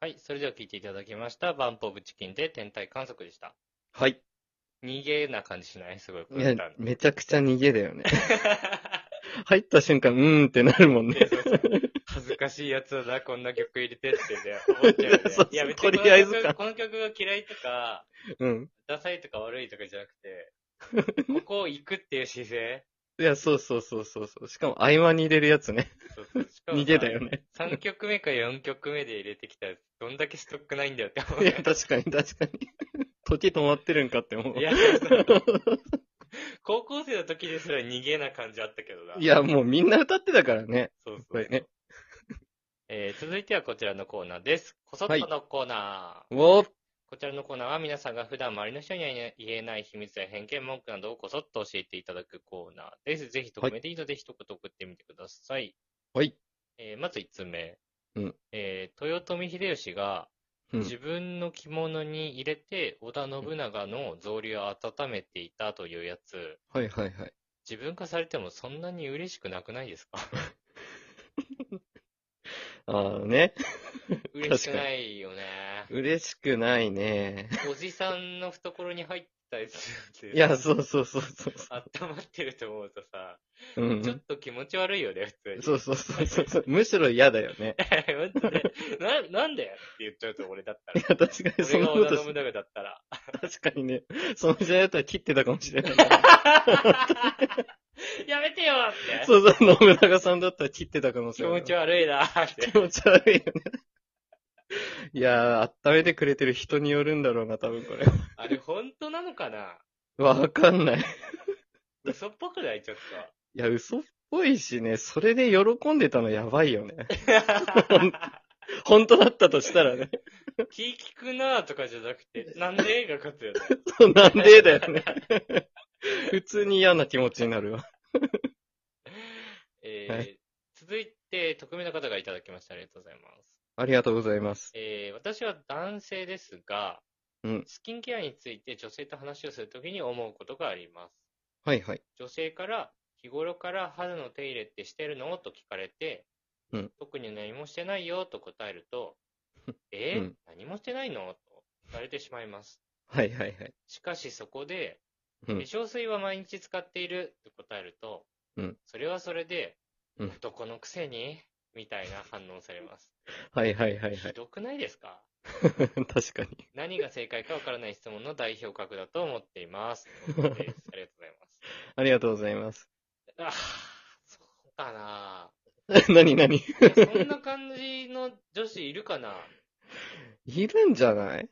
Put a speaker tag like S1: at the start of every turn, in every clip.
S1: はい、それでは聞いていただきました。バンプオブチキンで天体観測でした。
S2: はい。
S1: 逃げな感じしないすごい、こ
S2: い
S1: れ
S2: や
S1: 見たん、で。
S2: めちゃくちゃ逃げだよね。 入った瞬間、うーんってなるも ん
S1: いや
S2: ね。
S1: そうそう恥ずかしいやつだな、こんな曲入れてってね、思っちゃうよね
S2: そうそう
S1: いや、別
S2: と
S1: に
S2: りあえず
S1: この
S2: か
S1: 曲この曲が嫌いとか、
S2: うん。
S1: ダサいとか悪いとかじゃなくて、ここを行くっていう姿勢。
S2: いや、そうそうそうそうそう。しかも合間に入れるやつね。
S1: そうそうしかもさ
S2: 逃げだよね。
S1: 3曲目か4曲目で入れてきたら、どんだけストックないんだよって思う
S2: い
S1: よ
S2: や、
S1: ね。
S2: 確かに確かに。時止まってるんかって思う。
S1: い
S2: いや、
S1: や、そう高校生の時ですら逃げな感じあったけどな。、
S2: もうみんな歌ってたからね。
S1: そう
S2: こ
S1: そう
S2: れね。
S1: えー続いてはこちらのコーナーです。こそっとのコーナー。
S2: おー
S1: こちらのコーナーは皆さんが普段周りの人には言えない秘密や偏見、文句などをこそっと教えていただくコーナーです。ぜひ匿名でいいので一言送ってみてください。
S2: はい。
S1: えーまず1つ目。
S2: うん
S1: えー豊臣秀吉が
S2: うん
S1: 自分の着物に入れて織田信長の草履を温めていたというやつ。
S2: はいはいはい。
S1: 自分化されてもそんなに嬉しくなくないですか
S2: ああね。
S1: 嬉しくないよね。
S2: 嬉しくないね。
S1: おじさんの懐に入ったやつって。
S2: いや、そうそうそうそうそ
S1: 温まってると思うとさ、
S2: う。う
S1: ちょっ
S2: ん。
S1: と気持ち悪いよね、普通に。
S2: そうそうそうそうそう。むしろ嫌だよ ね。
S1: 本当ねな、なんだよって言っちゃうと俺だった
S2: い
S1: ら。
S2: や、確かにそ
S1: 俺
S2: んな
S1: が
S2: こ
S1: 織田
S2: と
S1: 信長だった ら。
S2: 確かにね。その時代だったら切ってたかもしれない。
S1: やめてよって。
S2: そうそう、信長さんだったら切ってた可能
S1: 気
S2: 性あ
S1: 持
S2: る
S1: ち悪いなって。
S2: 気持ち悪いよね。いやー、温めてくれてる人によるんだろうな、多分これ。
S1: あれ本当なのかな
S2: わかんない。い
S1: 嘘っぽくないちょっ
S2: や、嘘っぽいしね、それで喜んでたのやばいよね。
S1: と。
S2: 本当だったとしたらね。
S1: 気利くなぁとかじゃなく て、なんで映画勝つよね。
S2: そうなんでだよね。 普通に嫌な気持ちになるわ。
S1: えー
S2: はい
S1: 続いて、匿名の方がいただきました。ありがとうございます。
S2: ありがとうございます。
S1: えー私は男性ですが、
S2: うん
S1: スキンケアについて女性と話をするときに思うことがあります。
S2: はいはい。
S1: 女性から、日頃から肌の手入れってしてるのと聞かれて、
S2: うん
S1: 特に何もしてないよと答える と、えー
S2: うん
S1: 何もしてないのと言われてしまいます。
S2: はいはいはい。
S1: しかしそこで、
S2: うん
S1: 化粧水は毎日使っていると答えると、
S2: うん
S1: それはそれで、
S2: うん
S1: 男のくせにみたいな反応されます。
S2: はいはいはいは
S1: ひ
S2: い。
S1: どくないですか
S2: 確かに。
S1: 何が正解かわからない質問の代表格だと思ってい ます。ということですありがとうございます。
S2: ありがとうございます。
S1: ああ、そうかな。
S2: 何何
S1: いやそんな感じの女子いるかな
S2: いるんじゃない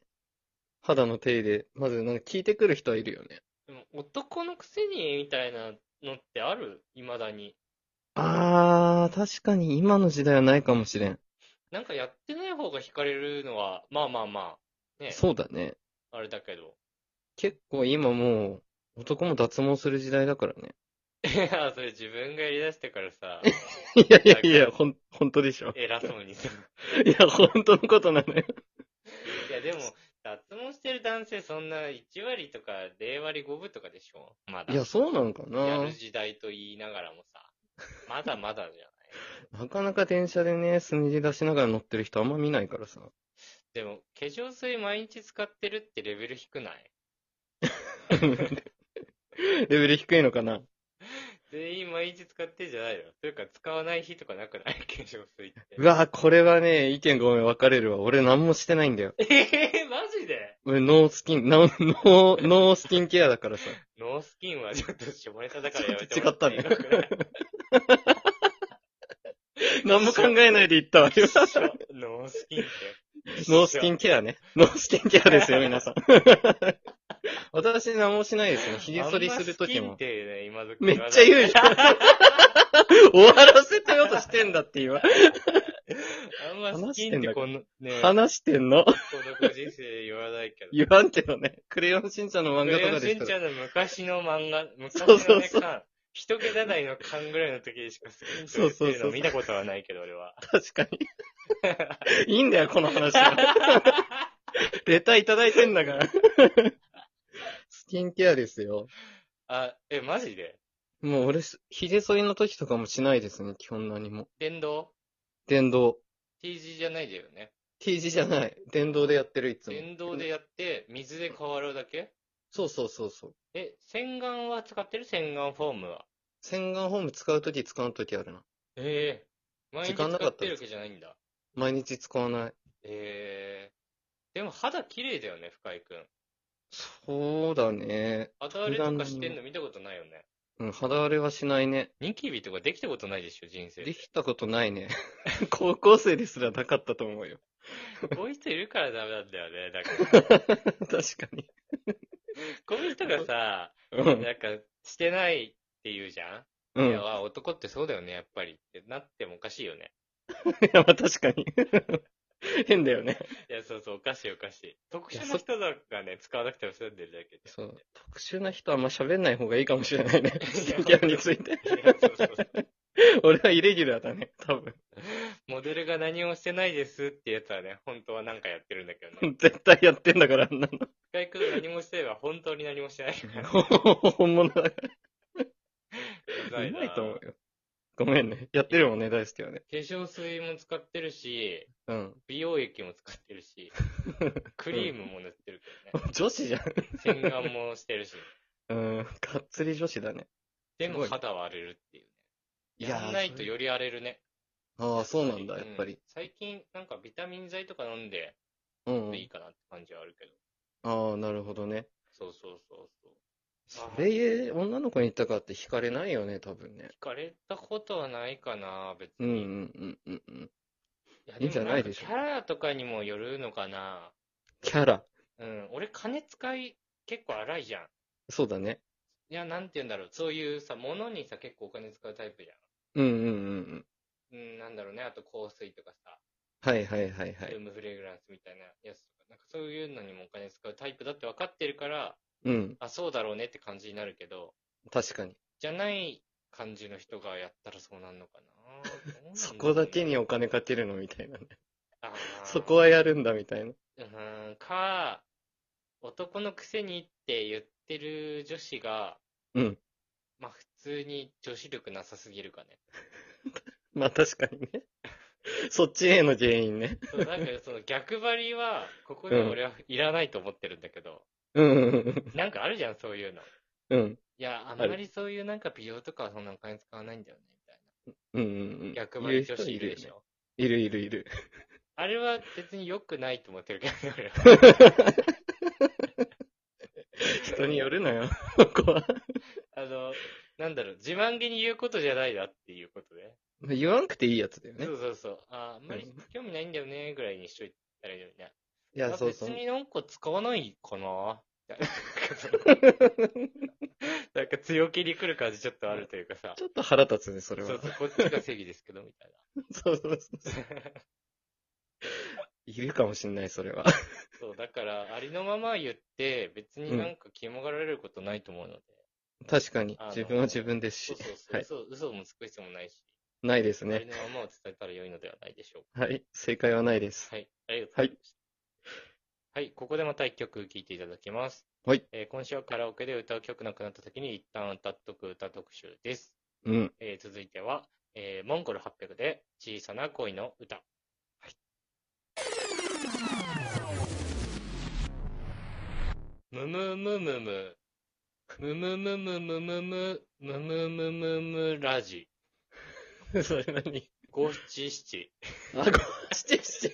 S2: 肌の手入れ。まず、なんか聞いてくる人はいるよね。
S1: でも男のくせにみたいなのってある未だに。
S2: あー、確かに今の時代はないかもしれん。
S1: なんかやってない方が惹かれるのは、まあまあまあ、ね、
S2: そうだね。
S1: あれだけど。
S2: 結構今もう、男も脱毛する時代だからね。
S1: いや、それ自分がやり出してからさ、
S2: いやいやいや、ほん、本当でしょ。
S1: 偉そうにさ。
S2: いや、本当のことなのよ。
S1: いや、でも、脱毛してる男性そんな1割とか0割5分とかでしょまだ。
S2: いや、そうなのか
S1: や
S2: な
S1: る時代と言いながらもさ、まだまだじゃない。
S2: なかなか電車でね、すみれ出しながら乗ってる人あんま見ないからさ。
S1: でも、化粧水毎日使ってるってレベル低ない
S2: レベル低いのかな
S1: 全員毎日使ってんじゃないのというか、使わない日とかなくない 化粧水って。
S2: うわーこれはね、意見ごめん、分かれるわ。俺何もしてないんだよ。
S1: えー、マジで
S2: 俺、ノースキン、ノー、ノー、ノースキンケアだからさ。
S1: ノースキンはちょっと下ネタだからやめて
S2: ちょっと違ったね
S1: もらっていいかな
S2: 何も考えないで言 ったわよ。
S1: 一緒 ノースキンって。
S2: ノースキンケアね。ノースキンケアですよ、皆さん。 私何もしないですね。髭剃りするとき
S1: あんまスキンって
S2: も。
S1: ね、今時
S2: めっちゃ言うじゃん。 終わらせてようとしてんだって今。
S1: ん。あんまスキンってこの、ね、この
S2: 話してんの
S1: ご時世言わないけど。
S2: 言わんけどね。クレヨンしんちゃんの
S1: ク
S2: 漫
S1: レ
S2: 画と
S1: ヨ
S2: か
S1: ンし
S2: で
S1: ん
S2: し
S1: ち
S2: たら。
S1: ゃんの昔の漫画、昔
S2: そう
S1: の
S2: そう
S1: ね、
S2: そう
S1: 缶一桁台の缶ぐらいの時しかスキンって
S2: そ
S1: 言
S2: うそうそう
S1: ってるの見たことはないけど、俺は。
S2: 確かに。い いんだよ、この話 は。レターいただいてんだから。スキンケアですよ。
S1: あ、え、マジで
S2: もう俺、髭剃りの時とかもしないですね、基本何も。
S1: 電動
S2: 電動。
S1: ?T 字じゃないだよね。
S2: T 字じゃない。電動でやってる、いつも。
S1: 電動でやって、水で変わるだけ
S2: そうそうそうそう。
S1: え、洗顔は使ってる洗顔フォームは。
S2: 洗顔フォーム使うとき使うときあるな。
S1: ええ毎日
S2: 時間な
S1: 使
S2: か
S1: っ
S2: った
S1: てるわけじゃないんだ。
S2: 毎日使わない。
S1: ええでも肌綺麗だよね、深井くん。
S2: そうだね。
S1: 肌荒れとかしてんの見たことないよね。
S2: うん、肌荒れはしないね。
S1: ニキビとかできたことないでしょ、人生
S2: で
S1: で。
S2: きたことないね。 高校生ですらなかったと思うよ。
S1: こういう人いるからダメなんだよね。だから、
S2: 確かに。
S1: こういう人がさ、
S2: うん。
S1: なんか、してないって言うじゃ。
S2: うんん。
S1: い
S2: い
S1: や、
S2: や、
S1: あ男ってそうだよね、やっぱり。ってなってもおかしいよね。
S2: まあ確かに。 変だよね。
S1: いや、そうそう、おかしいおかしい。特殊
S2: いや
S1: な
S2: そ
S1: 人だからね、使わなくても済んでるだけで。
S2: そう。特殊な人はあんま喋んない方がいいかもしれないね。ス キン
S1: いや
S2: ケアについて。
S1: いやそうそうそう
S2: 俺はイレギュラーだね。多分。
S1: モデルが何もしてないですってやつはね、本当はなんかやってるんだけどね。
S2: 絶対やってんだから、あんな の。
S1: 一回くん何もしてれば本当に何もしてないから。
S2: 本物だから。
S1: うざ
S2: う
S1: な
S2: まいと思うよ。ごめんね。やってるもんね、大好きはね。
S1: 化粧水も使ってるし、
S2: うん。
S1: 美容液も使ってる し、クリームも塗ってるけどね。
S2: 女子じゃん。
S1: 洗顔もして るし。
S2: うん。がっつり女子だね。
S1: ですも
S2: ごいね
S1: 肌は荒れるっていう
S2: い
S1: ね。
S2: や
S1: や
S2: ー
S1: んないとより荒れるね。
S2: ああ、そうなんだ、やっぱ
S1: う
S2: り
S1: ん。最近なんかビタミン剤とか飲んで
S2: うんうん。
S1: いいかなって感じはあるけど。
S2: ああ、なるほどね。
S1: そうそうそうそう。
S2: それ、女の子に言ったかって惹かれないよね、多分ね。
S1: 聞かれたことはないかな、別
S2: うんう
S1: に。
S2: んうんうんうん。
S1: や
S2: いいんじゃないでしょ
S1: もなんかキャラとかにもよるのかな。
S2: キャラ。
S1: うん、俺金使い結構荒いじゃん。
S2: そうだね。
S1: いや、なんて言うんだろう。そういうさ、物にさ、結構お金使うタイプじ
S2: うんうんうんうん。
S1: ゃん。うん、なんだろうね。あと香水とかさ、
S2: はいはいはいは
S1: ルー
S2: い。
S1: ムフレグランスみたいなやつとか、なんかそういうのにもお金使うタイプだって分かってるから、
S2: うん。
S1: あ、そうだろうねって感じになるけど、
S2: 確かに。
S1: じゃない感じの人がやったらそうなんのかな。どうなんろうね
S2: そこだけにお金かけるのみたいなね。
S1: あー
S2: そこはやるんだみたいな。
S1: うーん、か、男のくせにって言ってる女子が、
S2: うん。
S1: まあ普通に女子力なさすぎるかね。
S2: まあ確かにね。 そっちへの原因ね。
S1: そう、なんかその逆張りは、ここでは俺はいらないと思ってるんだけど、
S2: うんうんうん
S1: なんかあるじゃん、そういうの。い
S2: うん。うん
S1: や、あんまりそういうなんか美容とかはそんなお金使わないんだよね、みたい
S2: うんうんうん。
S1: な。逆張り女
S2: 言う人
S1: 子いるで
S2: よ
S1: し
S2: ね
S1: ょ。
S2: いるいる いる。
S1: あれは別に良くないと思ってるけどね、俺は。
S2: 人によるの よ。ここは。
S1: あの、なんだろう、自慢げに言うことじゃないなっていうことで。
S2: 言わなくていいやつだよね
S1: そ。うそうそう。ああんまり興味ないんだよね、ぐらいにしといたらいいのにね。
S2: いや、
S1: あ
S2: そうそう
S1: 別。になんか使わないかな。 なんか強気に来る感じちょっとあるというかさ。
S2: ちょっと腹立つね、それ
S1: そう
S2: は。
S1: そう、こっちが正義ですけど、みたいな。
S2: そうそう そう。いるかもしんない、それは。
S1: そう、だから、ありのまま言って、別になんか気もがられることないと思うので。
S2: 確かに
S1: あ。の
S2: 自分は自分で
S1: そ
S2: す
S1: う
S2: し。
S1: そ
S2: は
S1: う
S2: い。
S1: そう、嘘、嘘もつく必要もないし、
S2: ないです
S1: あり
S2: ね。
S1: のままを伝えたら良いのではないでしょうか。
S2: はい。正解はないです。
S1: はい、ありがとうございました。はい、ここでまた一曲聴いていただきます。
S2: はい。
S1: えー今週はカラオケで歌う曲なくなった時に一旦歌っとく歌特集です。
S2: うん。
S1: えー続いては、えーモンゴル800で小さな恋の歌。むむむむむ。むむむむむむむ。むむむむむラジ。
S2: それ何
S1: 五七七。
S2: あ、ご、七七。